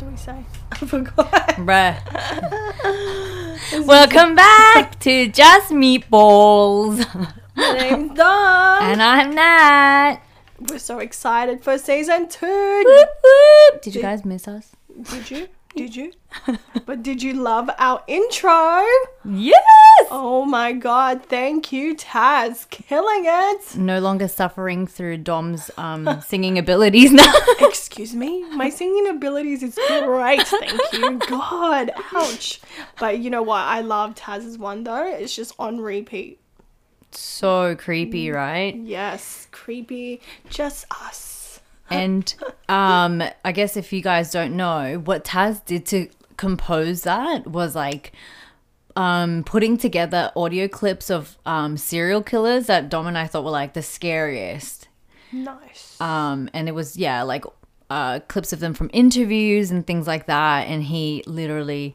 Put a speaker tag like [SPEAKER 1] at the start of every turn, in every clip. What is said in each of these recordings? [SPEAKER 1] we say? I forgot.
[SPEAKER 2] Bruh. Welcome back to Just Meatballs.
[SPEAKER 1] My name's Dawn.
[SPEAKER 2] and I'm Nat.
[SPEAKER 1] We're so excited for season two.
[SPEAKER 2] Whoop, whoop. Did you guys miss us?
[SPEAKER 1] did you? Did you? But did you love our intro?
[SPEAKER 2] Yes!
[SPEAKER 1] Oh my god, thank you, Taz. Killing it.
[SPEAKER 2] No longer suffering through Dom's um, singing abilities now.
[SPEAKER 1] Excuse me, my singing abilities is great. Thank you. God, ouch. But you know what? I love Taz's one though. It's just on repeat.
[SPEAKER 2] so creepy, right?
[SPEAKER 1] Yes, creepy. Just us.
[SPEAKER 2] And um, I guess if you guys don't know, what Taz did to compose that was like um, putting together audio clips of um, serial killers that Dom and I thought were like the scariest.
[SPEAKER 1] Nice.
[SPEAKER 2] Um, and it was, yeah, like uh, clips of them from interviews and things like that. And he literally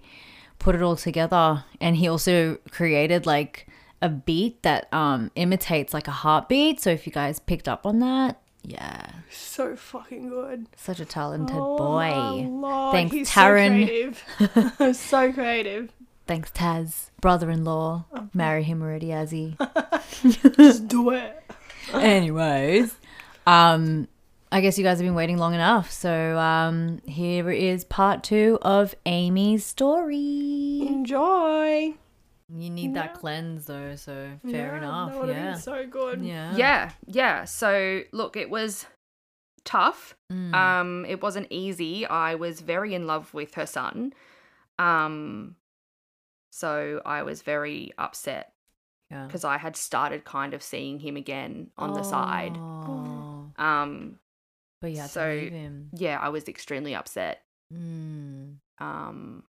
[SPEAKER 2] put it all together. And he also created like a beat that um, imitates like a heartbeat. So if you guys picked up on that, yeah,
[SPEAKER 1] So fucking good.
[SPEAKER 2] such a talented
[SPEAKER 1] my
[SPEAKER 2] boy.
[SPEAKER 1] Oh, lord,
[SPEAKER 2] Thanks,
[SPEAKER 1] he's
[SPEAKER 2] Taryn.
[SPEAKER 1] So creative. so creative.
[SPEAKER 2] Thanks, Taz, brother-in-law. Marry him already, Azzy.
[SPEAKER 1] Just do it.
[SPEAKER 2] Anyways, um, I guess you guys have been waiting long enough, so um, here is part two of Amy's story.
[SPEAKER 1] Enjoy.
[SPEAKER 2] You need that cleanse though, so fair
[SPEAKER 1] Yeah,
[SPEAKER 2] enough.
[SPEAKER 1] That would have
[SPEAKER 2] yeah.
[SPEAKER 1] been so good.
[SPEAKER 2] yeah,
[SPEAKER 3] yeah yeah so look it was tough
[SPEAKER 2] Mm, Hmm.
[SPEAKER 3] um it wasn't easy i was very in love with her son um so i was very upset
[SPEAKER 2] yeah.
[SPEAKER 3] because i had started kind of seeing him again on the side
[SPEAKER 2] Oh,
[SPEAKER 3] um
[SPEAKER 2] But you had
[SPEAKER 3] So-
[SPEAKER 2] to leave him.
[SPEAKER 3] yeah i was extremely upset
[SPEAKER 2] Mm.
[SPEAKER 3] um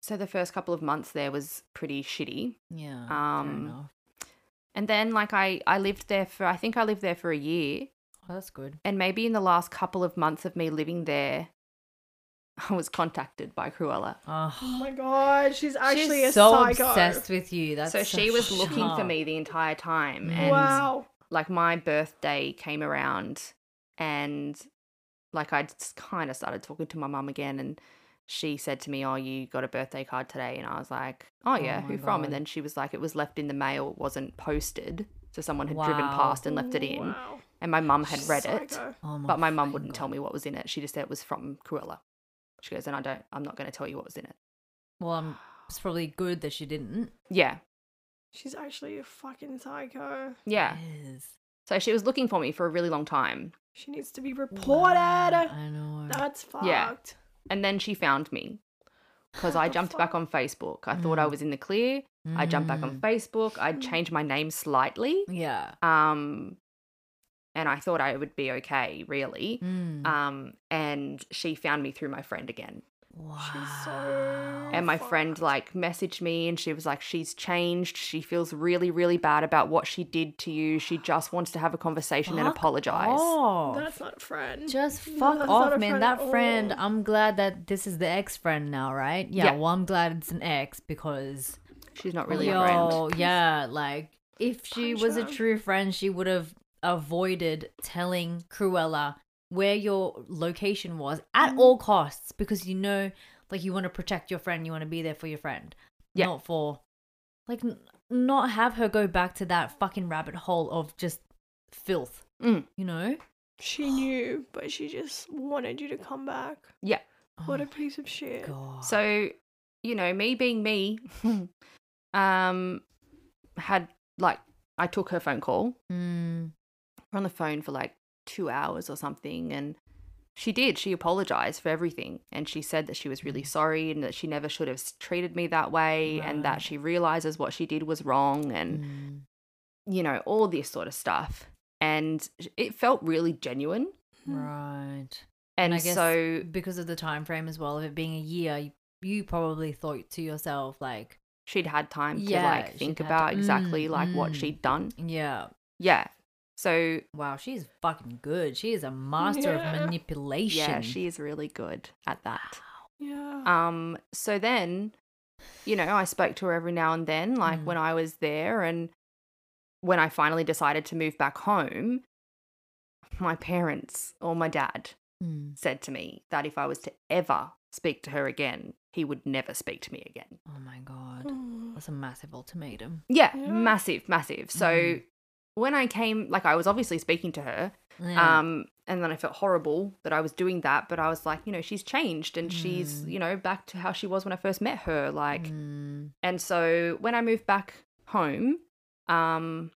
[SPEAKER 3] so the first couple of months there was pretty shitty
[SPEAKER 2] Yeah. fair
[SPEAKER 3] Um,
[SPEAKER 2] enough.
[SPEAKER 3] and then like i i lived there for i think i lived there for a year
[SPEAKER 2] Oh, that's good.
[SPEAKER 3] And maybe in the last couple of months of me living there, I was contacted by Cruella.
[SPEAKER 1] Oh
[SPEAKER 2] Oh,
[SPEAKER 1] my god, she's actually
[SPEAKER 2] she's
[SPEAKER 1] a
[SPEAKER 2] so
[SPEAKER 1] psycho.
[SPEAKER 2] obsessed with you. That's
[SPEAKER 3] so she was looking for
[SPEAKER 2] sharp.
[SPEAKER 3] me the entire time. And
[SPEAKER 1] Wow.
[SPEAKER 3] like my birthday came around and like I just kind of started talking to my mum again and she said to me, Oh, you got a birthday card today? And I was like, Oh,
[SPEAKER 2] Oh
[SPEAKER 3] yeah,
[SPEAKER 2] my
[SPEAKER 3] who from?
[SPEAKER 2] God.
[SPEAKER 3] And then she was like, It was left in the mail, it wasn't posted. So someone had driven
[SPEAKER 2] Wow.
[SPEAKER 3] past and left it in.
[SPEAKER 1] Wow.
[SPEAKER 3] And my mum had
[SPEAKER 1] She's
[SPEAKER 3] read it.
[SPEAKER 1] psycho.
[SPEAKER 2] Oh
[SPEAKER 3] but my mum
[SPEAKER 2] fucking
[SPEAKER 3] wouldn't
[SPEAKER 2] God.
[SPEAKER 3] tell me what was in it. She just said it was from Cruella. She goes, and I don't, I'm not going to tell you what was in it.
[SPEAKER 2] Well, um, it's probably good that she didn't.
[SPEAKER 3] Yeah,
[SPEAKER 1] She's actually a fucking psycho.
[SPEAKER 3] yeah.
[SPEAKER 2] Yes.
[SPEAKER 3] So she was looking for me for a really long time,
[SPEAKER 1] She needs to be
[SPEAKER 2] Wow,
[SPEAKER 1] reported.
[SPEAKER 2] I know.
[SPEAKER 1] That's fucked.
[SPEAKER 3] Yeah. and then she found me because I
[SPEAKER 1] the
[SPEAKER 3] jumped
[SPEAKER 1] fuck?
[SPEAKER 3] back on Facebook. I thought I was in the clear. I jumped back on Facebook. I changed my name slightly,
[SPEAKER 2] Mm. Yeah.
[SPEAKER 3] um, and I thought I would be okay, really.
[SPEAKER 2] Mm.
[SPEAKER 3] Um, and she found me through my friend again.
[SPEAKER 2] wow.
[SPEAKER 1] She's so.
[SPEAKER 3] And my friend
[SPEAKER 1] fucked.
[SPEAKER 3] like messaged me and she was like, she's changed. She feels really, really bad about what she did to you. She just wants to have a conversation and
[SPEAKER 2] Fuck
[SPEAKER 3] apologize.
[SPEAKER 2] off.
[SPEAKER 1] That's not a friend.
[SPEAKER 2] Just
[SPEAKER 1] No,
[SPEAKER 2] fuck
[SPEAKER 1] that's not
[SPEAKER 2] off,
[SPEAKER 1] a
[SPEAKER 2] man.
[SPEAKER 1] friend
[SPEAKER 2] That
[SPEAKER 1] at
[SPEAKER 2] friend, um,
[SPEAKER 1] all.
[SPEAKER 2] I'm glad that this is the ex friend now, right? Yeah,
[SPEAKER 3] Yeah.
[SPEAKER 2] Well, I'm glad it's an ex because
[SPEAKER 3] She's not really
[SPEAKER 2] yo,
[SPEAKER 3] a friend.
[SPEAKER 2] yeah, like if she
[SPEAKER 1] Punch
[SPEAKER 2] was a
[SPEAKER 1] her.
[SPEAKER 2] true friend, she would have avoided telling Cruella where your location was at
[SPEAKER 1] Mm-hmm.
[SPEAKER 2] all costs because you know, like, you want to protect your friend, you want to be there for your friend,
[SPEAKER 3] Yeah.
[SPEAKER 2] not for like n- not have her go back to that fucking rabbit hole of just filth,
[SPEAKER 3] Mm.
[SPEAKER 2] you know?
[SPEAKER 1] She knew, but she just wanted you to come back.
[SPEAKER 3] Yeah.
[SPEAKER 1] What
[SPEAKER 2] Oh
[SPEAKER 1] a piece of shit.
[SPEAKER 2] God.
[SPEAKER 3] So, you know, me being me, um, had like, I took her phone call.
[SPEAKER 2] Mm.
[SPEAKER 3] We're on the phone for like two hours or something. And she did. She apologized for everything. And she said that she was
[SPEAKER 2] Mm.
[SPEAKER 3] really sorry and that she never should have s- treated me that way and that
[SPEAKER 2] Right.
[SPEAKER 3] she realizes what she did was wrong. And,
[SPEAKER 2] Mm.
[SPEAKER 3] you know, all this sort of stuff. And it felt really genuine.
[SPEAKER 2] Right.
[SPEAKER 3] And,
[SPEAKER 2] I guess-
[SPEAKER 3] so,
[SPEAKER 2] Because of the time frame as well of it being a year, you, you probably thought to yourself like,
[SPEAKER 3] she'd had time to
[SPEAKER 2] Yeah,
[SPEAKER 3] like
[SPEAKER 2] she'd
[SPEAKER 3] think
[SPEAKER 2] had
[SPEAKER 3] about
[SPEAKER 2] to-
[SPEAKER 3] exactly
[SPEAKER 2] Mm,
[SPEAKER 3] like what
[SPEAKER 2] mm.
[SPEAKER 3] she'd done.
[SPEAKER 2] yeah,
[SPEAKER 3] Yeah. So,
[SPEAKER 2] wow, she's fucking good. She is a master
[SPEAKER 1] Yeah.
[SPEAKER 2] of manipulation.
[SPEAKER 3] yeah, she is really good at that.
[SPEAKER 1] Yeah.
[SPEAKER 3] Um, so then, you know, I spoke to her every now and then, like
[SPEAKER 2] Mm.
[SPEAKER 3] when I was there and when I finally decided to move back home, my parents or my dad
[SPEAKER 2] Mm.
[SPEAKER 3] said to me that if I was to ever speak to her again, he would never speak to me again.
[SPEAKER 2] Oh my god.
[SPEAKER 3] Hmm.
[SPEAKER 1] Mm.
[SPEAKER 2] That's a massive ultimatum.
[SPEAKER 3] Yeah,
[SPEAKER 1] Yeah.
[SPEAKER 3] massive, massive. So
[SPEAKER 2] Mm.
[SPEAKER 3] when I came, like I was obviously speaking to her,
[SPEAKER 2] Yeah.
[SPEAKER 3] um, and then I felt horrible that I was doing that, but I was like, you know, she's changed and she's,
[SPEAKER 2] Mm.
[SPEAKER 3] you know, back to how she was when I first met her. Like,
[SPEAKER 2] Mm.
[SPEAKER 3] and so when I moved back home, um,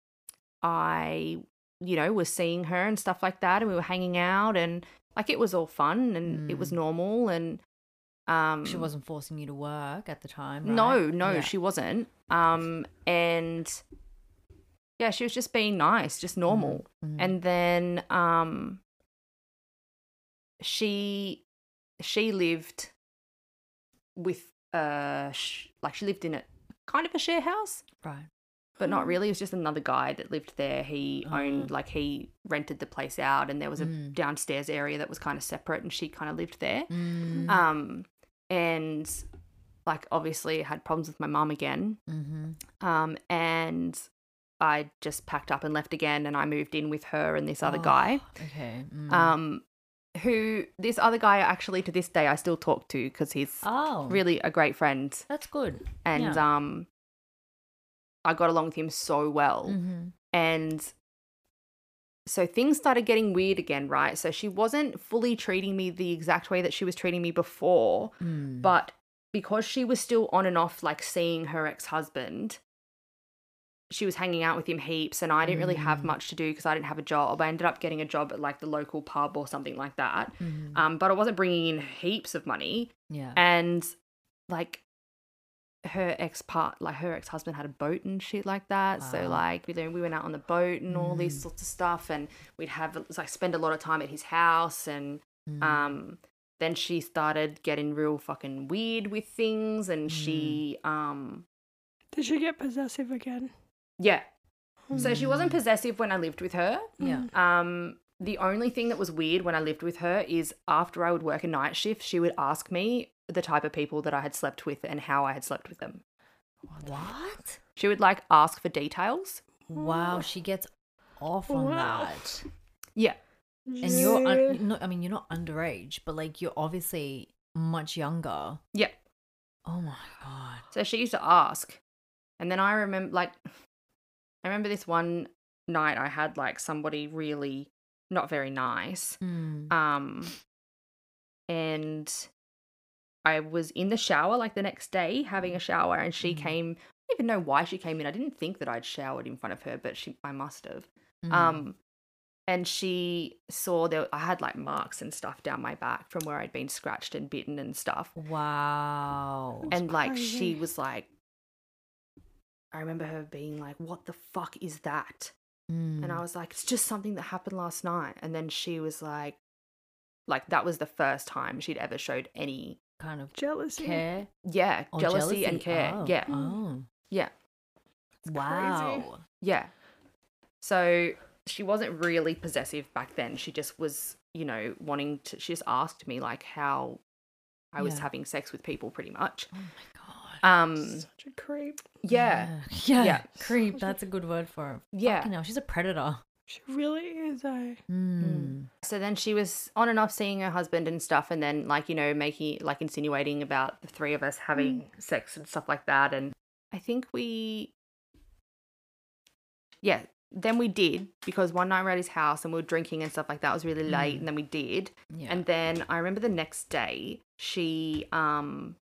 [SPEAKER 3] I, you know, was seeing her and stuff like that, and we were hanging out, and like it was all fun and it was normal, and um,
[SPEAKER 2] Mm. she wasn't forcing you to work at the time.
[SPEAKER 3] no,
[SPEAKER 2] right?
[SPEAKER 3] no,
[SPEAKER 2] Yeah.
[SPEAKER 3] she wasn't. Um, and yeah, she was just being nice, just normal.
[SPEAKER 2] Mhm.
[SPEAKER 3] And then um, she she lived with uh, sh- like she lived in a kind of a share house,
[SPEAKER 2] right.
[SPEAKER 3] but
[SPEAKER 2] Oh.
[SPEAKER 3] not really. It was just another guy that lived there. He owned like he rented the place out, and there was a
[SPEAKER 2] Mm.
[SPEAKER 3] downstairs area that was kind of separate, and she kind of lived there
[SPEAKER 2] Mm.
[SPEAKER 3] um and like obviously had problems with my mum again
[SPEAKER 2] hmm
[SPEAKER 3] um and i just packed up and left again and i moved in with her and this other
[SPEAKER 2] Oh,
[SPEAKER 3] guy
[SPEAKER 2] Okay. Mm.
[SPEAKER 3] um who this other guy actually to this day i still talk to because he's
[SPEAKER 2] oh,
[SPEAKER 3] really a great friend
[SPEAKER 2] That's good.
[SPEAKER 3] and um i got along with him so well
[SPEAKER 2] Mm-hmm.
[SPEAKER 3] and so things started getting weird again right so she wasn't fully treating me the exact way that she was treating me before
[SPEAKER 2] Mm.
[SPEAKER 3] but because she was still on and off like seeing her ex-husband she was hanging out with him heaps and i didn't really have
[SPEAKER 2] Mm.
[SPEAKER 3] much to do because i didn't have a job i ended up getting a job at like the local pub or something like that
[SPEAKER 2] Mhm.
[SPEAKER 3] um, but i wasn't bringing in heaps of money
[SPEAKER 2] yeah.
[SPEAKER 3] and like her ex part like her ex-husband had a boat and shit like that so
[SPEAKER 2] Wow.
[SPEAKER 3] like you know we went out on the boat and all these sorts of stuff and we'd have like spend a lot of time at his house and
[SPEAKER 2] Mm.
[SPEAKER 3] um, then she started getting real fucking weird with things, and she, um,
[SPEAKER 1] Did she get possessive again?
[SPEAKER 3] yeah. So she wasn't possessive when I lived with her.
[SPEAKER 2] yeah.
[SPEAKER 3] Um, the only thing that was weird when I lived with her is after I would work a night shift, she would ask me the type of people that I had slept with and how I had slept with them.
[SPEAKER 2] What?
[SPEAKER 3] She would like ask for details.
[SPEAKER 2] Wow. She gets off on
[SPEAKER 1] Wow.
[SPEAKER 2] that.
[SPEAKER 3] Yeah.
[SPEAKER 2] And you're, un- no, I mean, you're not underage, but like you're obviously much younger.
[SPEAKER 3] Yeah.
[SPEAKER 2] Oh my god.
[SPEAKER 3] So she used to ask. And then I remember, like, I remember this one night I had, like, somebody really not very nice.
[SPEAKER 2] Mm.
[SPEAKER 3] Um, and I was in the shower, like, the next day having a shower, and
[SPEAKER 1] Mm.
[SPEAKER 3] she
[SPEAKER 2] Mhm.
[SPEAKER 3] came. I don't even know why she came in. I didn't think that I'd showered in front of her, but she, I must have.
[SPEAKER 2] Mm.
[SPEAKER 3] Um, and she saw that I had like marks and stuff down my back from where I'd been scratched and bitten and stuff
[SPEAKER 2] Wow.
[SPEAKER 1] That's
[SPEAKER 3] and like she
[SPEAKER 1] crazy.
[SPEAKER 3] was like i remember her being like what the fuck is that
[SPEAKER 2] Hmm,
[SPEAKER 3] and
[SPEAKER 2] Mm.
[SPEAKER 3] i was like it's just something that happened last night and then she was like like that was the first time she'd ever showed any
[SPEAKER 2] kind of
[SPEAKER 1] Jealousy.
[SPEAKER 2] care,
[SPEAKER 3] yeah
[SPEAKER 2] Oh,
[SPEAKER 3] jealousy, and care
[SPEAKER 2] Oh,
[SPEAKER 3] yeah
[SPEAKER 2] Oh.
[SPEAKER 3] yeah
[SPEAKER 2] Wow.
[SPEAKER 3] yeah so she wasn't really possessive back then she just was you know wanting to she just asked me like how i was
[SPEAKER 2] Yeah.
[SPEAKER 3] having sex with people pretty much
[SPEAKER 2] Oh my god.
[SPEAKER 3] um
[SPEAKER 1] Such a creep.
[SPEAKER 3] yeah
[SPEAKER 2] Yeah.
[SPEAKER 3] Yeah.
[SPEAKER 2] Creep. That's a good word for it.
[SPEAKER 3] yeah
[SPEAKER 2] Fucking hell, she's a predator.
[SPEAKER 1] She really is a.
[SPEAKER 2] Mm.
[SPEAKER 3] So then she was on and off seeing her husband and stuff, and then like you know making like insinuating about the three of us having sex and stuff like that. And I think we, yeah, then we did because one night we're at his house and we were drinking and stuff like that. It was really late, and then we did.
[SPEAKER 2] Yeah.
[SPEAKER 3] And then I remember the next day she um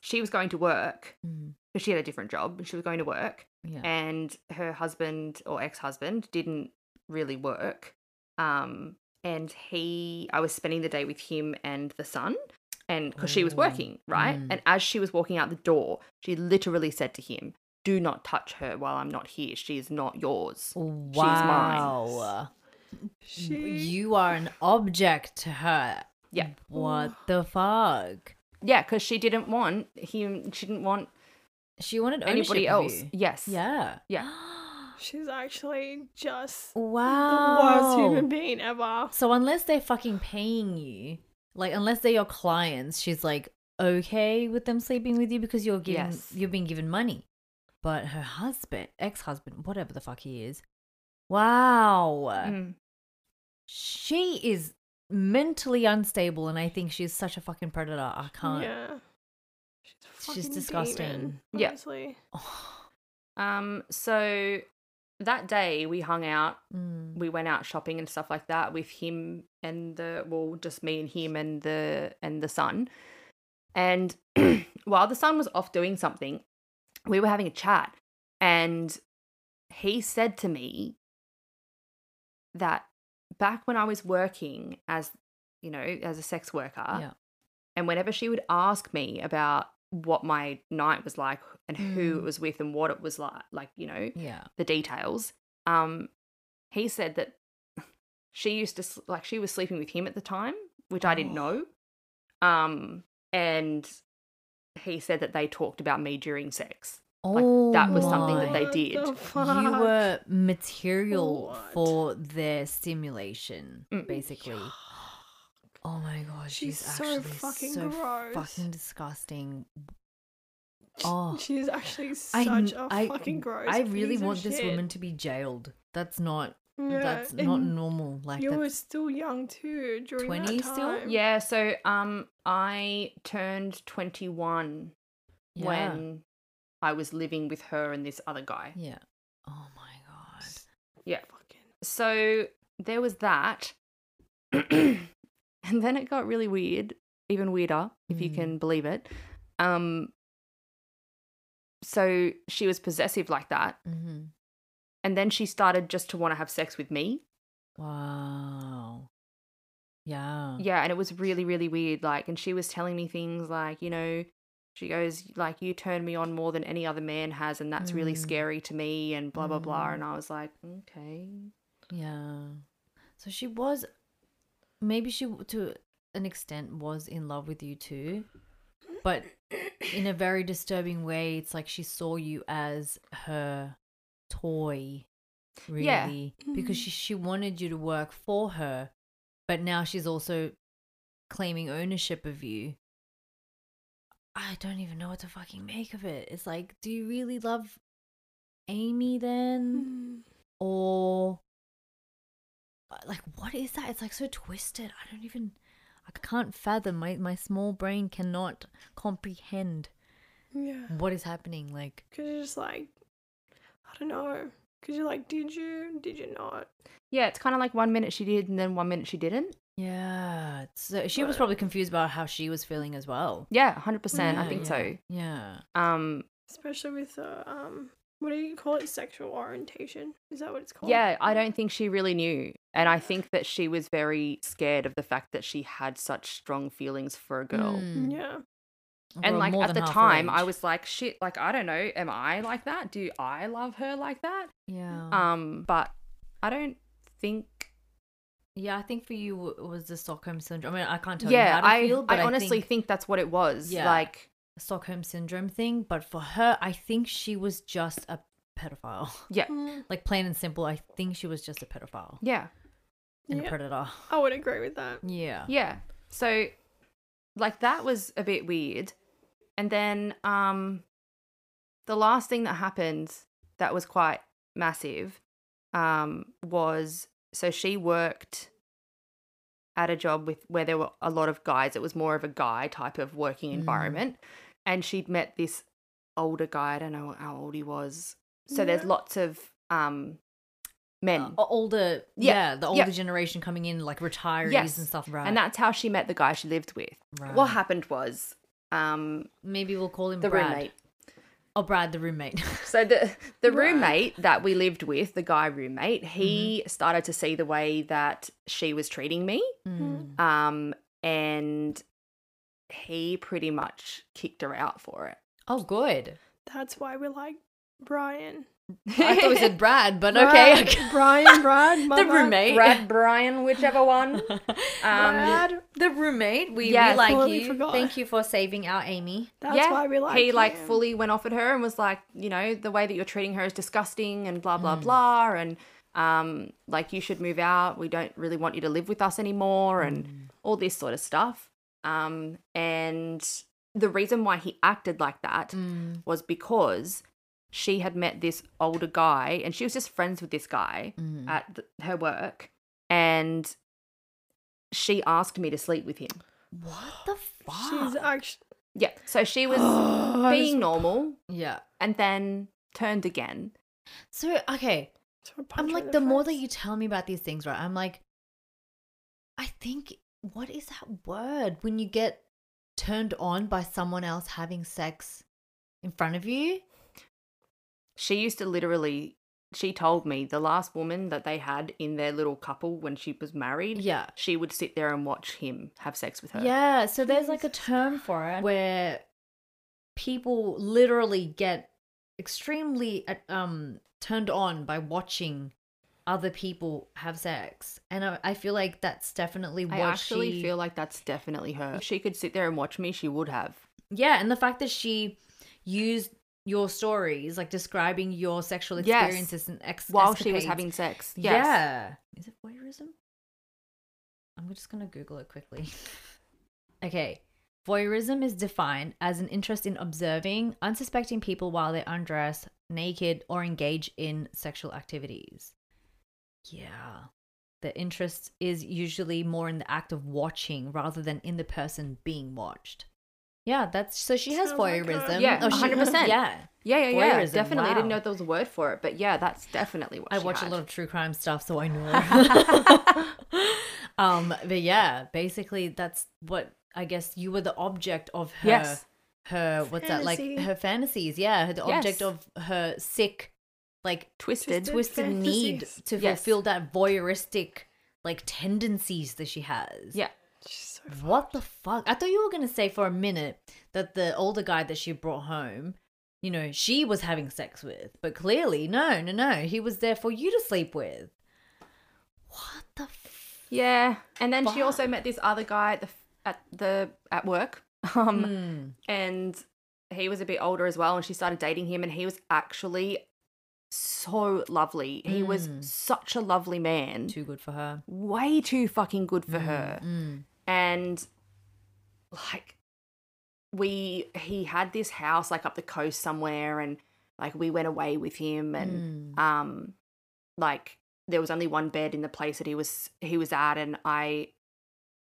[SPEAKER 3] she was going to work
[SPEAKER 2] Mm.
[SPEAKER 3] because she had a different job and she was going to work,
[SPEAKER 2] Yeah.
[SPEAKER 3] and her husband or ex-husband didn't really work um and he i was spending the day with him and the son and because she was
[SPEAKER 2] Ooh,
[SPEAKER 3] working right
[SPEAKER 2] mm.
[SPEAKER 3] and as she was walking out the door she literally said to him do not touch her while i'm not here she is not yours
[SPEAKER 2] wow.
[SPEAKER 1] She.
[SPEAKER 2] You are an object to her.
[SPEAKER 3] yeah
[SPEAKER 2] What the fuck?
[SPEAKER 3] yeah because she didn't want him she didn't want
[SPEAKER 2] She wanted ownership
[SPEAKER 3] anybody
[SPEAKER 2] of
[SPEAKER 3] else
[SPEAKER 2] you.
[SPEAKER 3] yes
[SPEAKER 2] Yeah.
[SPEAKER 3] yeah
[SPEAKER 1] She's actually just the
[SPEAKER 2] Wow.
[SPEAKER 1] worst human being ever.
[SPEAKER 2] So unless they're fucking paying you, like unless they're your clients, she's like okay with them sleeping with you because you're giving
[SPEAKER 3] Yes.
[SPEAKER 2] you're being given money. But her husband, ex-husband, whatever the fuck he is, wow,
[SPEAKER 3] Mm.
[SPEAKER 2] she is mentally unstable, and I think she's such a fucking predator. I can't.
[SPEAKER 1] Yeah. She's, a
[SPEAKER 2] She's
[SPEAKER 1] fucking
[SPEAKER 2] disgusting.
[SPEAKER 1] demon,
[SPEAKER 3] Yeah.
[SPEAKER 1] Honestly.
[SPEAKER 3] Um, so that day we hung out,
[SPEAKER 2] Mm.
[SPEAKER 3] we went out shopping and stuff like that with him and the well, just me and him and the and the son. And while the son was off doing something, we were having a chat and he said to me that back when I was working as you know, as a sex worker,
[SPEAKER 2] Yeah.
[SPEAKER 3] and whenever she would ask me about what my night was like and who
[SPEAKER 2] Mm.
[SPEAKER 3] it was with and what it was like, like, you know,
[SPEAKER 2] Yeah.
[SPEAKER 3] the details, um, he said that she used to, s- like, she was sleeping with him at the time, which I didn't know. Um, and he said that they talked about me during sex.
[SPEAKER 2] Oh,
[SPEAKER 3] that was something
[SPEAKER 2] my.
[SPEAKER 3] that they
[SPEAKER 1] What
[SPEAKER 3] did.
[SPEAKER 1] the
[SPEAKER 3] You
[SPEAKER 2] You
[SPEAKER 1] fuck?
[SPEAKER 2] were material
[SPEAKER 1] What?
[SPEAKER 2] for their stimulation,
[SPEAKER 3] Mm.
[SPEAKER 2] basically. Oh my god, she's,
[SPEAKER 1] She's so
[SPEAKER 2] actually
[SPEAKER 1] fucking
[SPEAKER 2] so
[SPEAKER 1] gross.
[SPEAKER 2] fucking disgusting.
[SPEAKER 1] Sh-
[SPEAKER 2] Oh.
[SPEAKER 1] She's actually
[SPEAKER 2] I
[SPEAKER 1] such a
[SPEAKER 2] n- I-
[SPEAKER 1] fucking gross.
[SPEAKER 2] I really
[SPEAKER 1] piece of
[SPEAKER 2] want this
[SPEAKER 1] shit.
[SPEAKER 2] woman to be jailed. That's not.
[SPEAKER 1] Yeah,
[SPEAKER 2] that's not
[SPEAKER 1] and
[SPEAKER 2] normal. Like
[SPEAKER 1] You were
[SPEAKER 2] that's
[SPEAKER 1] still young too during
[SPEAKER 2] 20
[SPEAKER 1] that
[SPEAKER 2] still?
[SPEAKER 1] time.
[SPEAKER 3] Yeah. So, um, I turned 21
[SPEAKER 2] yeah.
[SPEAKER 3] when I was living with her and this other guy.
[SPEAKER 2] Yeah. Oh my god.
[SPEAKER 1] Fucking.
[SPEAKER 3] so there was that and then it got really weird even weirder if you
[SPEAKER 2] Mm.
[SPEAKER 3] can believe it um so she was possessive like that
[SPEAKER 2] hmm
[SPEAKER 3] and then she started just to want to have sex with me
[SPEAKER 2] Wow. Yeah.
[SPEAKER 3] yeah and it was really really weird like and she was telling me things like you know she goes like you turn me on more than any other man has and that's really
[SPEAKER 2] Mm.
[SPEAKER 3] scary to me and blah blah blah
[SPEAKER 2] Mm.
[SPEAKER 3] and i was like okay
[SPEAKER 2] Yeah. So she was. Maybe she, w- to an extent, was in love with you too, but in a very disturbing way. It's like she saw you as her toy,
[SPEAKER 3] Yeah.
[SPEAKER 2] really, because she she wanted you to work for her, but now she's also claiming ownership of you. I don't even know what to fucking make of it. It's like, do you really love Amy then?
[SPEAKER 1] Mm.
[SPEAKER 2] or uh, like what is that it's like so twisted i don't even i can't fathom my, my small brain cannot comprehend
[SPEAKER 1] Yeah.
[SPEAKER 2] what is happening like
[SPEAKER 1] Because you're just like, I don't know. Because you're like, did you? Did you not?
[SPEAKER 3] yeah it's kind of like one minute she did and then one minute she didn't
[SPEAKER 2] yeah so she was
[SPEAKER 1] But-
[SPEAKER 2] probably confused about how she was feeling as well
[SPEAKER 3] yeah 100% i
[SPEAKER 2] Yeah,
[SPEAKER 3] think
[SPEAKER 2] yeah,
[SPEAKER 3] so
[SPEAKER 2] Mm. yeah
[SPEAKER 3] um
[SPEAKER 1] Especially with the, um, what do you call it? Sexual orientation? Is that what it's called?
[SPEAKER 3] Yeah, I don't think she really knew. And I think that she was very scared of the fact that she had such strong feelings for a girl.
[SPEAKER 2] Mm.
[SPEAKER 1] Yeah.
[SPEAKER 2] We're
[SPEAKER 3] And like
[SPEAKER 2] more
[SPEAKER 3] at
[SPEAKER 2] than
[SPEAKER 3] the
[SPEAKER 2] half her
[SPEAKER 3] time, I
[SPEAKER 2] age.
[SPEAKER 3] was like, shit, like I don't know, am I like that? Do I love her like that?
[SPEAKER 2] yeah
[SPEAKER 3] Um, but I don't think
[SPEAKER 2] yeah i think for you w- it was the stockholm syndrome i mean i can't tell you
[SPEAKER 3] yeah,
[SPEAKER 2] how to
[SPEAKER 3] I,
[SPEAKER 2] feel but
[SPEAKER 3] I honestly
[SPEAKER 2] think
[SPEAKER 3] think... that's what it was.
[SPEAKER 2] Yeah.
[SPEAKER 3] Like,
[SPEAKER 2] stockholm syndrome thing but for her i think she was just a pedophile
[SPEAKER 3] yeah,
[SPEAKER 1] Mm,
[SPEAKER 2] like plain and simple i think she was just a pedophile
[SPEAKER 3] yeah,
[SPEAKER 2] and
[SPEAKER 1] Yeah.
[SPEAKER 2] a predator
[SPEAKER 1] I would agree with that.
[SPEAKER 2] yeah
[SPEAKER 3] yeah. So, like, that was a bit weird. And then, um, the last thing that happened that was quite massive um, was so she worked at a job with where there were a lot of guys. It was more of a guy type of working
[SPEAKER 2] Mm.
[SPEAKER 3] environment, and she'd met this older guy. I don't know how old he was. So there's
[SPEAKER 1] Yeah.
[SPEAKER 3] lots of um, men,
[SPEAKER 2] Uh, older
[SPEAKER 3] Yeah,
[SPEAKER 2] yeah, the older
[SPEAKER 3] yeah.
[SPEAKER 2] generation coming in like retirees
[SPEAKER 3] Yes,
[SPEAKER 2] and stuff right
[SPEAKER 3] and that's how she met the guy she lived with.
[SPEAKER 2] right.
[SPEAKER 3] What happened was um,
[SPEAKER 2] maybe we'll call him
[SPEAKER 3] the
[SPEAKER 2] brad
[SPEAKER 3] roommate.
[SPEAKER 2] oh brad the roommate
[SPEAKER 3] So the the
[SPEAKER 1] Right.
[SPEAKER 3] roommate that we lived with, the guy roommate, he
[SPEAKER 2] Mm-hmm.
[SPEAKER 3] started to see the way that she was treating me,
[SPEAKER 2] Mm.
[SPEAKER 3] um, and he pretty much kicked her out for it.
[SPEAKER 2] oh good
[SPEAKER 1] That's why we're like, Brian.
[SPEAKER 2] i thought we said brad but okay,
[SPEAKER 1] Brad,
[SPEAKER 2] okay.
[SPEAKER 1] Brian, Brad,
[SPEAKER 2] the
[SPEAKER 1] mother,
[SPEAKER 2] roommate
[SPEAKER 3] Brad, Brian, whichever one. Um,
[SPEAKER 1] Brad.
[SPEAKER 2] the roommate we,
[SPEAKER 3] Yeah,
[SPEAKER 2] we like
[SPEAKER 1] totally
[SPEAKER 2] you Mm.
[SPEAKER 1] forgot.
[SPEAKER 2] thank you for saving our amy
[SPEAKER 1] That's
[SPEAKER 3] yeah,
[SPEAKER 1] why we like.
[SPEAKER 3] he like
[SPEAKER 1] him.
[SPEAKER 3] fully went off at her and was like, you know, the way that you're treating her is disgusting and blah blah blah, and um, like you should move out. We don't really want you to live with us anymore, and
[SPEAKER 2] Mm.
[SPEAKER 3] all this sort of stuff. Um, and the reason why he acted like that
[SPEAKER 2] Mm.
[SPEAKER 3] was because she had met this older guy, and she was just friends with this guy
[SPEAKER 2] Mm.
[SPEAKER 3] at th- her work, and she asked me to sleep with him.
[SPEAKER 2] What the fuck?
[SPEAKER 1] She's actually.
[SPEAKER 3] Yeah. So she was being normal
[SPEAKER 2] yeah.
[SPEAKER 3] and then turned again.
[SPEAKER 2] So okay, I'm like the more that you tell me about these things, right? I'm like, I think what is that word when you get turned on by someone else having sex in front of you?
[SPEAKER 3] She used to literally she told me the last woman that they had in their little couple when she was married,
[SPEAKER 2] Yeah.
[SPEAKER 3] she would sit there and watch him have sex with her.
[SPEAKER 2] Yeah, so there's like a term for it where people literally get extremely uh, um turned on by watching other people have sex, and I, I feel like that's definitely what
[SPEAKER 3] I actually
[SPEAKER 2] she.
[SPEAKER 3] feel like that's definitely her. If she could sit there and watch me, she would have.
[SPEAKER 2] yeah, and the fact that she used your stories, like describing your sexual
[SPEAKER 3] Yes.
[SPEAKER 2] experiences and ex-
[SPEAKER 3] While she was
[SPEAKER 2] escapades.
[SPEAKER 3] having sex. Yes.
[SPEAKER 2] Yeah. Is it voyeurism? I'm just going to Google it quickly. okay. Voyeurism is defined as an interest in observing unsuspecting people while they undress, naked, or engage in sexual activities. Yeah. The interest is usually more in the act of watching rather than in the person being watched. Yeah, that's so she has
[SPEAKER 1] Sounds like her.
[SPEAKER 2] voyeurism.
[SPEAKER 3] Yeah,
[SPEAKER 2] Oh, she-
[SPEAKER 3] 100%.
[SPEAKER 2] Yeah.
[SPEAKER 3] Yeah, yeah, yeah.
[SPEAKER 2] Voyeurism,
[SPEAKER 3] Definitely. I didn't
[SPEAKER 2] wow.
[SPEAKER 3] know if there was a word for it, but yeah, that's definitely what
[SPEAKER 2] I
[SPEAKER 3] she
[SPEAKER 2] watch
[SPEAKER 3] had.
[SPEAKER 2] a lot of true crime stuff, so I know. um, but yeah, basically that's what I guess you were the object of her.
[SPEAKER 3] Yes.
[SPEAKER 2] Her what's that like?
[SPEAKER 1] Fantasy.
[SPEAKER 2] Her fantasies. Yeah, her, the object
[SPEAKER 3] Yes.
[SPEAKER 2] of her sick, like
[SPEAKER 3] Twisted.
[SPEAKER 1] Twisted.
[SPEAKER 2] twisted need
[SPEAKER 1] fantasies.
[SPEAKER 2] to
[SPEAKER 3] Yes.
[SPEAKER 2] fulfill that voyeuristic like tendencies that she has.
[SPEAKER 3] Yeah.
[SPEAKER 1] She's so
[SPEAKER 2] What the fuck? I thought you were gonna say for a minute that the older guy that she brought home, you know, she was having sex with, but clearly, no, no, no, he was there for you to sleep with. What the? F-
[SPEAKER 3] Yeah. And then she also met this other guy at the at the at work. Um
[SPEAKER 2] Mm,
[SPEAKER 3] and he was a bit older as well and she started dating him and he was actually so lovely. He was such a lovely man.
[SPEAKER 2] Too good for her.
[SPEAKER 3] Way too fucking good for her.
[SPEAKER 2] Mm.
[SPEAKER 3] And like we he had this house like up the coast somewhere and like we went away with him and
[SPEAKER 2] Hmm.
[SPEAKER 3] um like there was only one bed in the place that he was he was at and i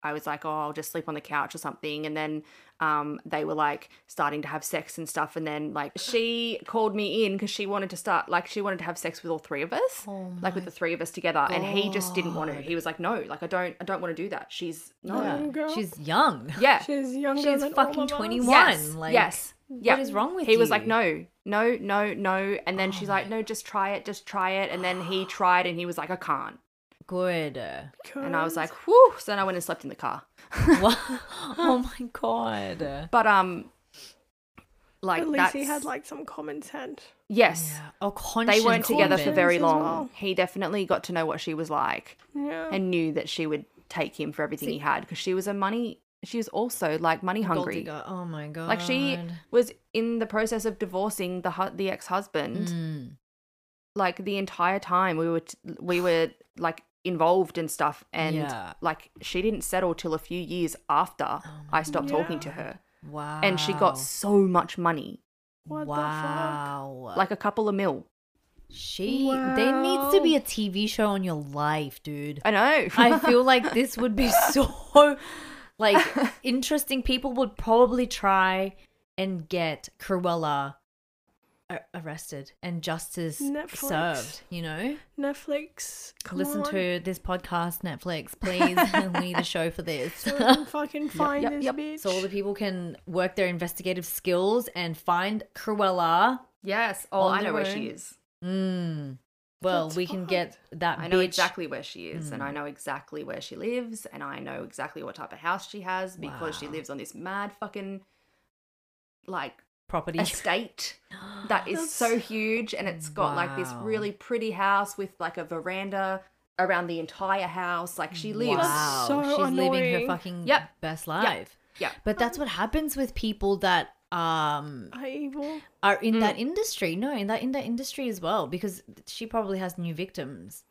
[SPEAKER 3] i was like oh i'll just sleep on the couch or something and then um they were like starting to have sex and stuff and then like she called me in because she wanted to start like she wanted to have sex with all three of us
[SPEAKER 2] Oh
[SPEAKER 3] like with the three of us together and he just didn't want to he was like no like i don't i don't want to do that she's no
[SPEAKER 1] young
[SPEAKER 3] yeah,
[SPEAKER 1] girl.
[SPEAKER 2] Oh She's young.
[SPEAKER 1] She's younger
[SPEAKER 2] She's
[SPEAKER 1] than
[SPEAKER 2] fucking
[SPEAKER 1] all of us.
[SPEAKER 2] 21.
[SPEAKER 3] yes
[SPEAKER 2] like,
[SPEAKER 3] yes yeah
[SPEAKER 2] What is wrong with
[SPEAKER 3] he
[SPEAKER 2] you?
[SPEAKER 3] was like no no no no and then she's like no just try it just try it and then he tried and he was like i can't
[SPEAKER 2] Good.
[SPEAKER 3] and I was like, whew. So then I went and slept in the car.
[SPEAKER 2] what? Oh my god.
[SPEAKER 3] But um, like
[SPEAKER 1] At least
[SPEAKER 3] that's
[SPEAKER 1] he had like some common sense.
[SPEAKER 3] yes,
[SPEAKER 2] Yeah. Oh,
[SPEAKER 3] they
[SPEAKER 2] conscience
[SPEAKER 3] weren't together for
[SPEAKER 2] even.
[SPEAKER 3] very
[SPEAKER 1] Conscience as
[SPEAKER 3] long.
[SPEAKER 1] well.
[SPEAKER 3] He definitely got to know what she was like
[SPEAKER 1] Yeah.
[SPEAKER 3] and knew that she would take him for everything he had because she was a money. She was also like money
[SPEAKER 2] Gold
[SPEAKER 3] hungry.
[SPEAKER 2] digger. Oh my god.
[SPEAKER 3] Like she was in the process of divorcing the hu- the ex husband.
[SPEAKER 2] Mm.
[SPEAKER 3] Like the entire time we were t- we were like involved and stuff and
[SPEAKER 2] Yeah. Oh
[SPEAKER 3] like she didn't settle till a few years after I stopped talking to
[SPEAKER 1] Yeah.
[SPEAKER 3] her.
[SPEAKER 2] Wow.
[SPEAKER 3] and she got so much money
[SPEAKER 1] What
[SPEAKER 2] wow.
[SPEAKER 3] like a couple of mil
[SPEAKER 2] she there needs to
[SPEAKER 1] Wow.
[SPEAKER 2] be a TV show on your life, dude.
[SPEAKER 3] i know
[SPEAKER 2] I feel like this would be so like interesting. People would probably try and get Cruella a- arrested and justice
[SPEAKER 1] Netflix.
[SPEAKER 2] served. You know,
[SPEAKER 1] the fuck? Netflix. Come
[SPEAKER 2] listen
[SPEAKER 1] on.
[SPEAKER 2] to this podcast, Netflix, please. we need a show for this.
[SPEAKER 1] So we can fucking find
[SPEAKER 3] yep,
[SPEAKER 1] this
[SPEAKER 3] yep.
[SPEAKER 1] bitch.
[SPEAKER 2] So all the people can work their investigative skills and find Cruella
[SPEAKER 3] yes oh
[SPEAKER 2] On
[SPEAKER 3] i
[SPEAKER 2] the
[SPEAKER 3] know where she
[SPEAKER 2] road.
[SPEAKER 3] is
[SPEAKER 2] Mm. Well,
[SPEAKER 1] That's
[SPEAKER 2] we can
[SPEAKER 1] fucked.
[SPEAKER 2] get that.
[SPEAKER 3] i know
[SPEAKER 2] bitch-
[SPEAKER 3] exactly where she is and i
[SPEAKER 2] Hmm.
[SPEAKER 3] know exactly where she lives and i know exactly what type of house she has because she
[SPEAKER 2] Wow.
[SPEAKER 3] lives on this mad fucking like
[SPEAKER 2] property.
[SPEAKER 3] estate that is so huge and it's got like this
[SPEAKER 2] Wow.
[SPEAKER 3] really pretty house with like a veranda around the entire house like she lives
[SPEAKER 2] Wow,
[SPEAKER 1] so
[SPEAKER 2] she's living her
[SPEAKER 1] annoying.
[SPEAKER 2] fucking
[SPEAKER 3] Yep.
[SPEAKER 2] best life.
[SPEAKER 3] yeah
[SPEAKER 2] But that's what happens with people that um
[SPEAKER 1] Are evil.
[SPEAKER 2] are in that industry. No, in that in that industry as well, because she probably has new victims,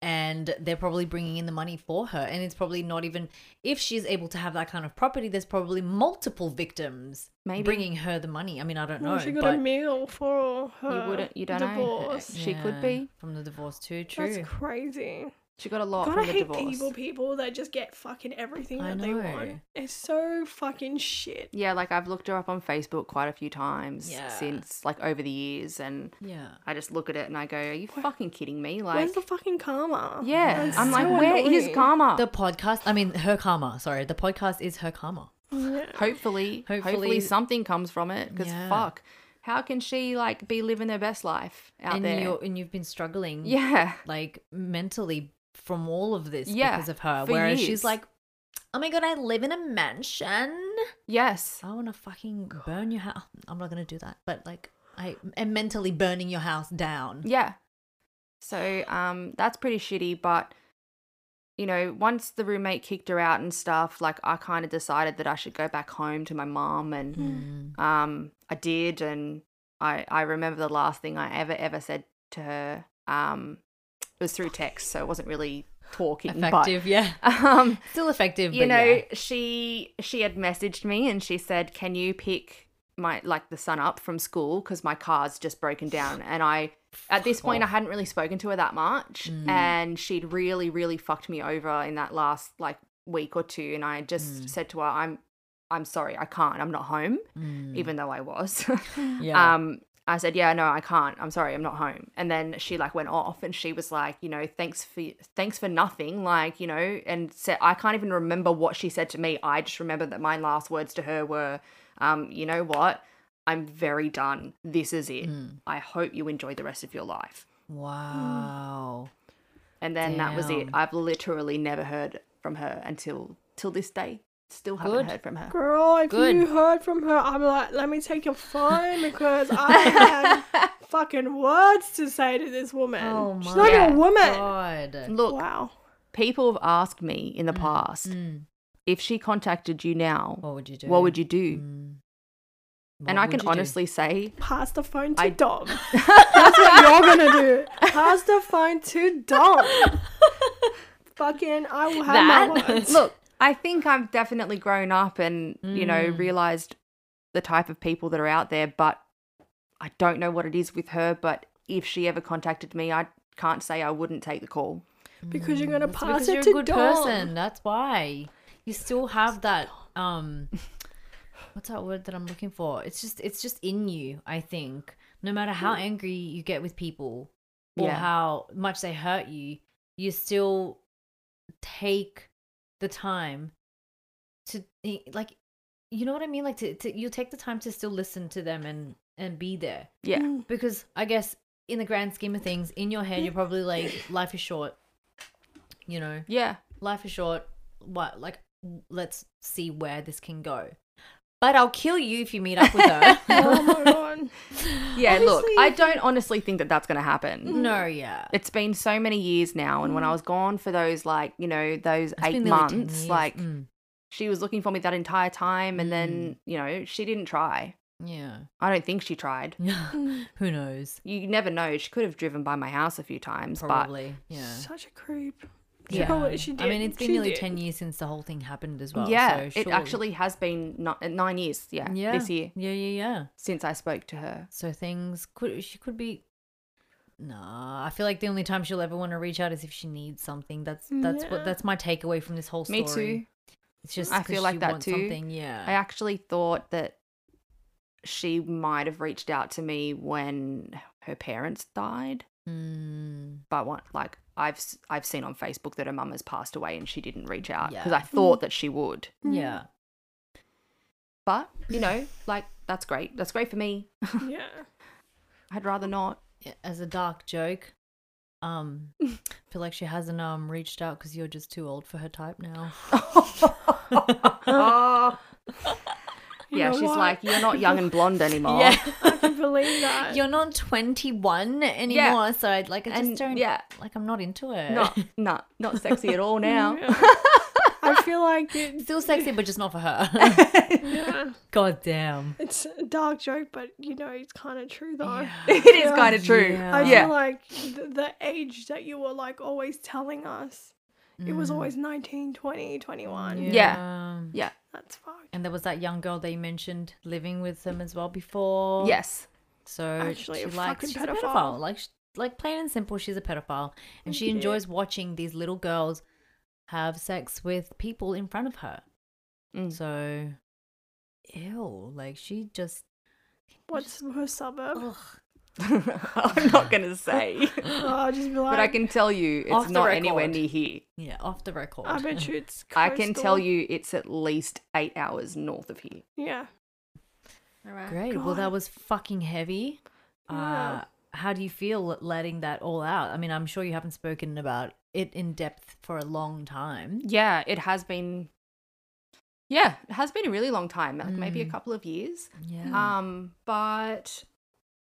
[SPEAKER 2] and they're probably bringing in the money for her. And it's probably not even if she's able to have that kind of property. There's probably multiple victims
[SPEAKER 3] Maybe.
[SPEAKER 2] bringing her the money. I mean, I don't know.
[SPEAKER 1] Well, she got
[SPEAKER 2] but
[SPEAKER 1] a meal for her
[SPEAKER 3] you wouldn't you don't know
[SPEAKER 1] divorce.
[SPEAKER 3] she could
[SPEAKER 2] Yeah,
[SPEAKER 3] be
[SPEAKER 2] from the divorce too. True.
[SPEAKER 1] That's crazy.
[SPEAKER 3] She got a lot
[SPEAKER 1] God,
[SPEAKER 3] from
[SPEAKER 1] I
[SPEAKER 3] the
[SPEAKER 1] hate
[SPEAKER 3] divorce.
[SPEAKER 1] evil people that just get fucking everything
[SPEAKER 2] I
[SPEAKER 1] that they
[SPEAKER 2] know.
[SPEAKER 1] want. It's so fucking shit.
[SPEAKER 3] Yeah, like I've looked her up on Facebook quite a few times
[SPEAKER 2] Yeah.
[SPEAKER 3] since, like over the years, and
[SPEAKER 2] Yeah.
[SPEAKER 3] I just look at it and I go, "Are you fucking kidding me?"
[SPEAKER 1] Where's
[SPEAKER 3] Like,
[SPEAKER 1] the fucking karma?
[SPEAKER 3] yeah,
[SPEAKER 1] That's
[SPEAKER 3] I'm like,
[SPEAKER 1] so
[SPEAKER 3] "Where is
[SPEAKER 1] annoying.
[SPEAKER 3] karma?"
[SPEAKER 2] The podcast, I mean, her karma, sorry. The podcast is her karma.
[SPEAKER 1] Yeah.
[SPEAKER 3] hopefully, hopefully,
[SPEAKER 2] Hopefully-
[SPEAKER 3] something comes from it. Because
[SPEAKER 2] Yeah.
[SPEAKER 3] fuck, how can she like be living her best life out
[SPEAKER 2] and,
[SPEAKER 3] there?
[SPEAKER 2] You're, and you've been struggling,
[SPEAKER 3] yeah,
[SPEAKER 2] like, mentally from all of this
[SPEAKER 3] Yeah,
[SPEAKER 2] because of her.
[SPEAKER 3] for
[SPEAKER 2] Whereas
[SPEAKER 3] years.
[SPEAKER 2] she's like, oh my God, I live in a mansion.
[SPEAKER 3] yes,
[SPEAKER 2] I want to fucking burn your house. I'm not going to do that. But, like, I am mentally burning your house down.
[SPEAKER 3] yeah. So um, that's pretty shitty. But you know, once the roommate kicked her out and stuff, like I kind of decided that I should go back home to my mom and.
[SPEAKER 2] Mm.
[SPEAKER 3] Um, I did, and I I remember the last thing I ever ever said to her. Um, it was through text, so it wasn't really talking,
[SPEAKER 2] Effective, yeah.
[SPEAKER 3] but um,
[SPEAKER 2] Still effective,
[SPEAKER 3] you
[SPEAKER 2] but
[SPEAKER 3] know,
[SPEAKER 2] yeah.
[SPEAKER 3] she she had messaged me and she said, "Can you pick my like the son up from school because my car's just broken down?" And I at this point I hadn't really spoken to her that much,
[SPEAKER 2] Mm.
[SPEAKER 3] and she'd really really fucked me over in that last like week or two, and I just said to her, "I'm." I'm sorry, I can't. I'm not home,
[SPEAKER 2] Mm.
[SPEAKER 3] even though I was.
[SPEAKER 2] yeah.
[SPEAKER 3] Um, I said, yeah, no, I can't. I'm sorry, I'm not home. And then she like went off, and she was like, you know, thanks for thanks for nothing, like you know, and said I can't even remember what she said to me. I just remember that my last words to her were, um, you know what, I'm very done. This is it.
[SPEAKER 2] Hmm.
[SPEAKER 3] I hope you enjoy the rest of your life.
[SPEAKER 2] wow.
[SPEAKER 3] And then that was it.
[SPEAKER 2] Damn.
[SPEAKER 3] I've literally never heard from her until till this day. Still haven't
[SPEAKER 2] Good.
[SPEAKER 3] heard from her.
[SPEAKER 1] Girl, if
[SPEAKER 2] Good.
[SPEAKER 1] you heard from her, I'm like, let me take your phone because I have fucking words to say to this woman.
[SPEAKER 2] Oh
[SPEAKER 1] She's not
[SPEAKER 2] my
[SPEAKER 1] even a woman.
[SPEAKER 2] God.
[SPEAKER 3] Look,
[SPEAKER 1] Wow.
[SPEAKER 3] people have asked me in the past
[SPEAKER 2] Mm.
[SPEAKER 3] if she contacted you now.
[SPEAKER 2] What would you do?
[SPEAKER 3] What would you do?
[SPEAKER 2] Mm. What
[SPEAKER 3] and I
[SPEAKER 2] would
[SPEAKER 3] can
[SPEAKER 2] you do?
[SPEAKER 3] honestly say,
[SPEAKER 1] Pass the phone to
[SPEAKER 3] I-
[SPEAKER 1] Dom. That's what you're gonna do. Pass the phone to Dom. fucking, I will have
[SPEAKER 2] That-
[SPEAKER 1] my words.
[SPEAKER 3] look, I think I've definitely grown up and, you know,
[SPEAKER 2] Mm.
[SPEAKER 3] realized the type of people that are out there, but I don't know what it is with her. But if she ever contacted me, I can't say I wouldn't take the call.
[SPEAKER 1] because you're gonna
[SPEAKER 2] It's
[SPEAKER 1] pass
[SPEAKER 2] because
[SPEAKER 1] it
[SPEAKER 2] you're
[SPEAKER 1] to
[SPEAKER 2] a good
[SPEAKER 1] Dom.
[SPEAKER 2] person. That's why you still have that. Um, what's that word that I'm looking for? It's just it's just in you. I think no matter how angry you get with people or
[SPEAKER 3] Yeah.
[SPEAKER 2] how much they hurt you, you still take the time to eh, like, you know what I mean? Like to, to you'll take the time to still listen to them and and be there
[SPEAKER 3] Yeah.
[SPEAKER 1] Mm.
[SPEAKER 2] because I guess in the grand scheme of things, in your head, you're probably like, life is short. You know,
[SPEAKER 3] Yeah.
[SPEAKER 2] life is short. What, like, let's see where this can go. But I'll kill you if you meet up with her.
[SPEAKER 1] Oh my god.
[SPEAKER 3] Yeah. Look,
[SPEAKER 1] Obviously,
[SPEAKER 3] I
[SPEAKER 1] if
[SPEAKER 3] don't honestly think that that's going to happen.
[SPEAKER 2] Mm. no, yeah.
[SPEAKER 3] It's been so many years now. And when I was gone for those, like, you know, those
[SPEAKER 2] It's
[SPEAKER 3] eight
[SPEAKER 2] been nearly 10
[SPEAKER 3] months,
[SPEAKER 2] years.
[SPEAKER 3] like,
[SPEAKER 2] Mm,
[SPEAKER 3] she was looking for me that entire time. And then, you know, she didn't try. I don't think she tried. Mm.
[SPEAKER 2] yeah. Who knows?
[SPEAKER 3] you never know. She could have driven by my house a few times,
[SPEAKER 2] Probably. Yeah.
[SPEAKER 1] Such a creep. She
[SPEAKER 2] Yeah.
[SPEAKER 1] probably- she
[SPEAKER 2] I mean,
[SPEAKER 1] did-
[SPEAKER 2] it's been
[SPEAKER 1] she
[SPEAKER 2] nearly
[SPEAKER 1] did.
[SPEAKER 2] 10 years since the whole thing happened as
[SPEAKER 3] but
[SPEAKER 2] well.
[SPEAKER 3] yeah,
[SPEAKER 2] so
[SPEAKER 3] it
[SPEAKER 2] surely-
[SPEAKER 3] actually has been ni- nine years. Yeah,
[SPEAKER 2] yeah.
[SPEAKER 3] this year
[SPEAKER 2] Yeah, yeah, yeah.
[SPEAKER 3] since I spoke to her.
[SPEAKER 2] So things could she could be. Nah, I feel like the only time she'll ever want to reach out is if she needs something. That's that's
[SPEAKER 1] Yeah.
[SPEAKER 2] what that's my takeaway from this whole story.
[SPEAKER 3] Me too.
[SPEAKER 2] It's just
[SPEAKER 3] I
[SPEAKER 2] 'cause
[SPEAKER 3] feel like
[SPEAKER 2] she
[SPEAKER 3] that
[SPEAKER 2] wants
[SPEAKER 3] too.
[SPEAKER 2] Something, yeah.
[SPEAKER 3] I actually thought that she might have reached out to me when her parents died,
[SPEAKER 2] Mm,
[SPEAKER 3] but what like I've s- I've seen on Facebook that her mum has passed away and she didn't reach out because
[SPEAKER 2] Yeah.
[SPEAKER 3] I thought that she would.
[SPEAKER 2] Yeah.
[SPEAKER 3] But you know, like that's great. That's great for me.
[SPEAKER 1] Yeah.
[SPEAKER 3] I'd rather not.
[SPEAKER 2] As a dark joke, um, I feel like she hasn't um reached out because you're just too old for her type now.
[SPEAKER 3] Oh.
[SPEAKER 1] You
[SPEAKER 3] yeah,
[SPEAKER 1] know
[SPEAKER 3] she's
[SPEAKER 1] what?
[SPEAKER 3] like, you're not young and blonde anymore.
[SPEAKER 1] I can believe that.
[SPEAKER 2] you're not 21 anymore. So I'd like I just
[SPEAKER 3] And-
[SPEAKER 2] don't.
[SPEAKER 3] yeah.
[SPEAKER 2] like I'm not into it.
[SPEAKER 3] not not not sexy at all now.
[SPEAKER 1] I feel like it,
[SPEAKER 2] Still sexy, but just not for her.
[SPEAKER 1] yeah,
[SPEAKER 2] God damn.
[SPEAKER 1] it's a dark joke, but you know it's kind of true though.
[SPEAKER 3] it is kind of true.
[SPEAKER 2] Yeah.
[SPEAKER 1] I
[SPEAKER 3] Yeah.
[SPEAKER 1] feel like the, the age that you were like always telling us, it was always
[SPEAKER 3] Mm.
[SPEAKER 1] 19, 20, 21.
[SPEAKER 3] Yeah.
[SPEAKER 1] That's fucked.
[SPEAKER 2] And there was that young girl they mentioned living with them as well before.
[SPEAKER 3] Yes.
[SPEAKER 2] So
[SPEAKER 1] Actually
[SPEAKER 2] she
[SPEAKER 1] a
[SPEAKER 2] likes
[SPEAKER 1] fucking
[SPEAKER 2] she's a
[SPEAKER 1] pedophile.
[SPEAKER 2] pedophile. Like sh- like plain and simple, she's a pedophile and she
[SPEAKER 1] Yeah.
[SPEAKER 2] enjoys watching these little girls have sex with people in front of her.
[SPEAKER 3] Mm.
[SPEAKER 2] So, ew, like she just,
[SPEAKER 1] What's her suburb?
[SPEAKER 2] ugh.
[SPEAKER 3] I'm not gonna say,
[SPEAKER 1] Oh, I'll just be like,
[SPEAKER 3] but I can tell you
[SPEAKER 2] Off
[SPEAKER 3] it's
[SPEAKER 2] the
[SPEAKER 3] not anywhere
[SPEAKER 2] record.
[SPEAKER 3] near here.
[SPEAKER 2] Yeah, off the record.
[SPEAKER 1] I bet you it's.
[SPEAKER 3] I can
[SPEAKER 1] coastal.
[SPEAKER 3] tell you it's at least eight hours north of here.
[SPEAKER 1] Yeah.
[SPEAKER 2] Great. Well, that
[SPEAKER 1] Oh God.
[SPEAKER 2] was fucking heavy.
[SPEAKER 1] Yeah.
[SPEAKER 2] Uh, how do you feel letting that all out? I mean, I'm sure you haven't spoken about it in depth for a long time.
[SPEAKER 3] Yeah, it has been. Yeah, it has been a really long time, like maybe a
[SPEAKER 2] Mm.
[SPEAKER 3] couple of years.
[SPEAKER 1] Uh,
[SPEAKER 2] Yeah.
[SPEAKER 3] Um, but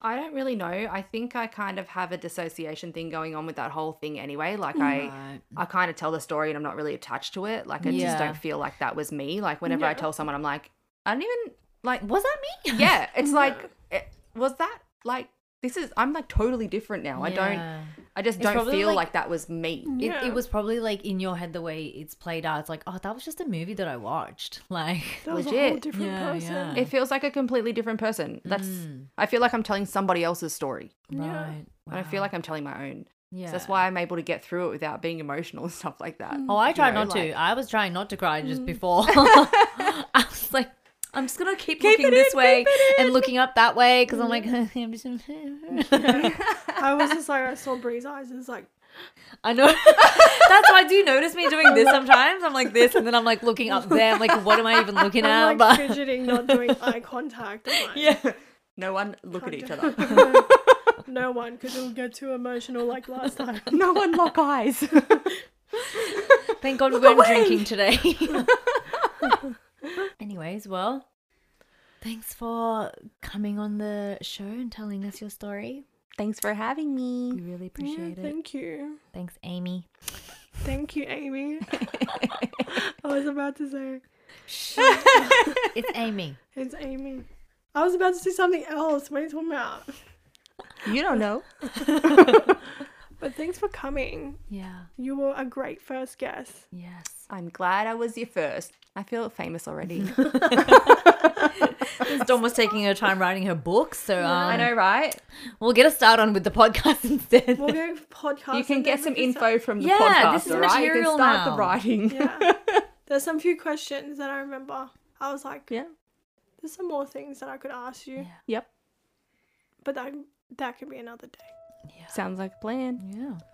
[SPEAKER 3] I don't really know. I think I kind of have a dissociation thing going on with that whole thing anyway. Like I
[SPEAKER 2] Right.
[SPEAKER 3] I kind of tell the story and I'm not really attached to it. Like I
[SPEAKER 2] Yeah.
[SPEAKER 3] just don't feel like that was me. Like whenever I
[SPEAKER 1] Yeah.
[SPEAKER 3] tell someone I'm like, I don't even like
[SPEAKER 2] Was that me?
[SPEAKER 3] yeah, it's like it, was that like this is I'm like totally different now. I don't
[SPEAKER 2] Yeah.
[SPEAKER 3] I just
[SPEAKER 2] It's
[SPEAKER 3] don't
[SPEAKER 2] probably
[SPEAKER 3] feel
[SPEAKER 2] like-
[SPEAKER 3] like, that was me.
[SPEAKER 2] It,
[SPEAKER 1] Yeah.
[SPEAKER 2] it was probably like in your head the way it's played out. It's like, oh, that was just a movie that I watched. Like,
[SPEAKER 1] That was a whole
[SPEAKER 3] legit.
[SPEAKER 1] different
[SPEAKER 2] Yeah,
[SPEAKER 1] person.
[SPEAKER 2] yeah.
[SPEAKER 3] It feels like a completely different person. That's
[SPEAKER 2] Mm.
[SPEAKER 3] I feel like I'm telling somebody else's story.
[SPEAKER 1] Yeah.
[SPEAKER 2] right.
[SPEAKER 3] And I feel
[SPEAKER 2] wow.
[SPEAKER 3] like I'm telling my own.
[SPEAKER 2] yeah.
[SPEAKER 3] So that's why I'm able to get through it without being emotional and stuff like that.
[SPEAKER 2] Oh, I tried
[SPEAKER 3] know,
[SPEAKER 2] not
[SPEAKER 3] like-
[SPEAKER 2] to. I was trying not to cry
[SPEAKER 3] Mm.
[SPEAKER 2] just before. I was like, I'm just gonna keep, looking
[SPEAKER 3] it
[SPEAKER 2] this
[SPEAKER 3] in, Mm.
[SPEAKER 2] way
[SPEAKER 3] keep it
[SPEAKER 2] and looking up that way because I'm like, I'm just.
[SPEAKER 1] I was just like, I saw Bree's eyes and it's like,
[SPEAKER 2] I know. That's why. Do you notice me doing this sometimes? I'm like this, and then I'm like looking up there. I'm like, what am I even looking at?
[SPEAKER 1] I'm like
[SPEAKER 2] but
[SPEAKER 1] fidgeting, not doing eye contact. I'm like,
[SPEAKER 2] yeah,
[SPEAKER 3] No one look at each other.
[SPEAKER 1] no, no one, because it'll get too emotional like last time.
[SPEAKER 3] no one lock eyes.
[SPEAKER 2] thank God we weren't drinking today. Anyways, well, thanks for coming on the show and telling us your story.
[SPEAKER 3] Thanks for having me.
[SPEAKER 2] We really appreciate it.
[SPEAKER 1] Thank you.
[SPEAKER 2] Thanks, Amy.
[SPEAKER 1] Thank you, Amy. I was about to say,
[SPEAKER 2] It's Amy.
[SPEAKER 1] it's Amy. I was about to say something else. What are you talking about?
[SPEAKER 3] You don't know.
[SPEAKER 1] But thanks for coming.
[SPEAKER 2] Yeah.
[SPEAKER 1] You were a great first guest.
[SPEAKER 2] Yes.
[SPEAKER 3] I'm glad I was your first. I feel famous already.
[SPEAKER 2] It's almost taking her time writing her book, so um,
[SPEAKER 3] I know, right?
[SPEAKER 2] We'll get a start on with the podcast instead.
[SPEAKER 1] We'll go podcast.
[SPEAKER 3] You can
[SPEAKER 1] and
[SPEAKER 3] get
[SPEAKER 1] then
[SPEAKER 3] some
[SPEAKER 1] we can
[SPEAKER 3] info from the
[SPEAKER 2] Yeah,
[SPEAKER 3] podcast,
[SPEAKER 2] this is
[SPEAKER 3] all right? You
[SPEAKER 2] material
[SPEAKER 3] can start
[SPEAKER 2] now.
[SPEAKER 3] the writing.
[SPEAKER 1] start- Yeah. There's some few questions that I remember. I was like,
[SPEAKER 3] Yeah.
[SPEAKER 1] there's some more things that I could ask you,
[SPEAKER 3] Yep.
[SPEAKER 1] but that, that could be another day.
[SPEAKER 3] Sounds like a plan.
[SPEAKER 2] yeah.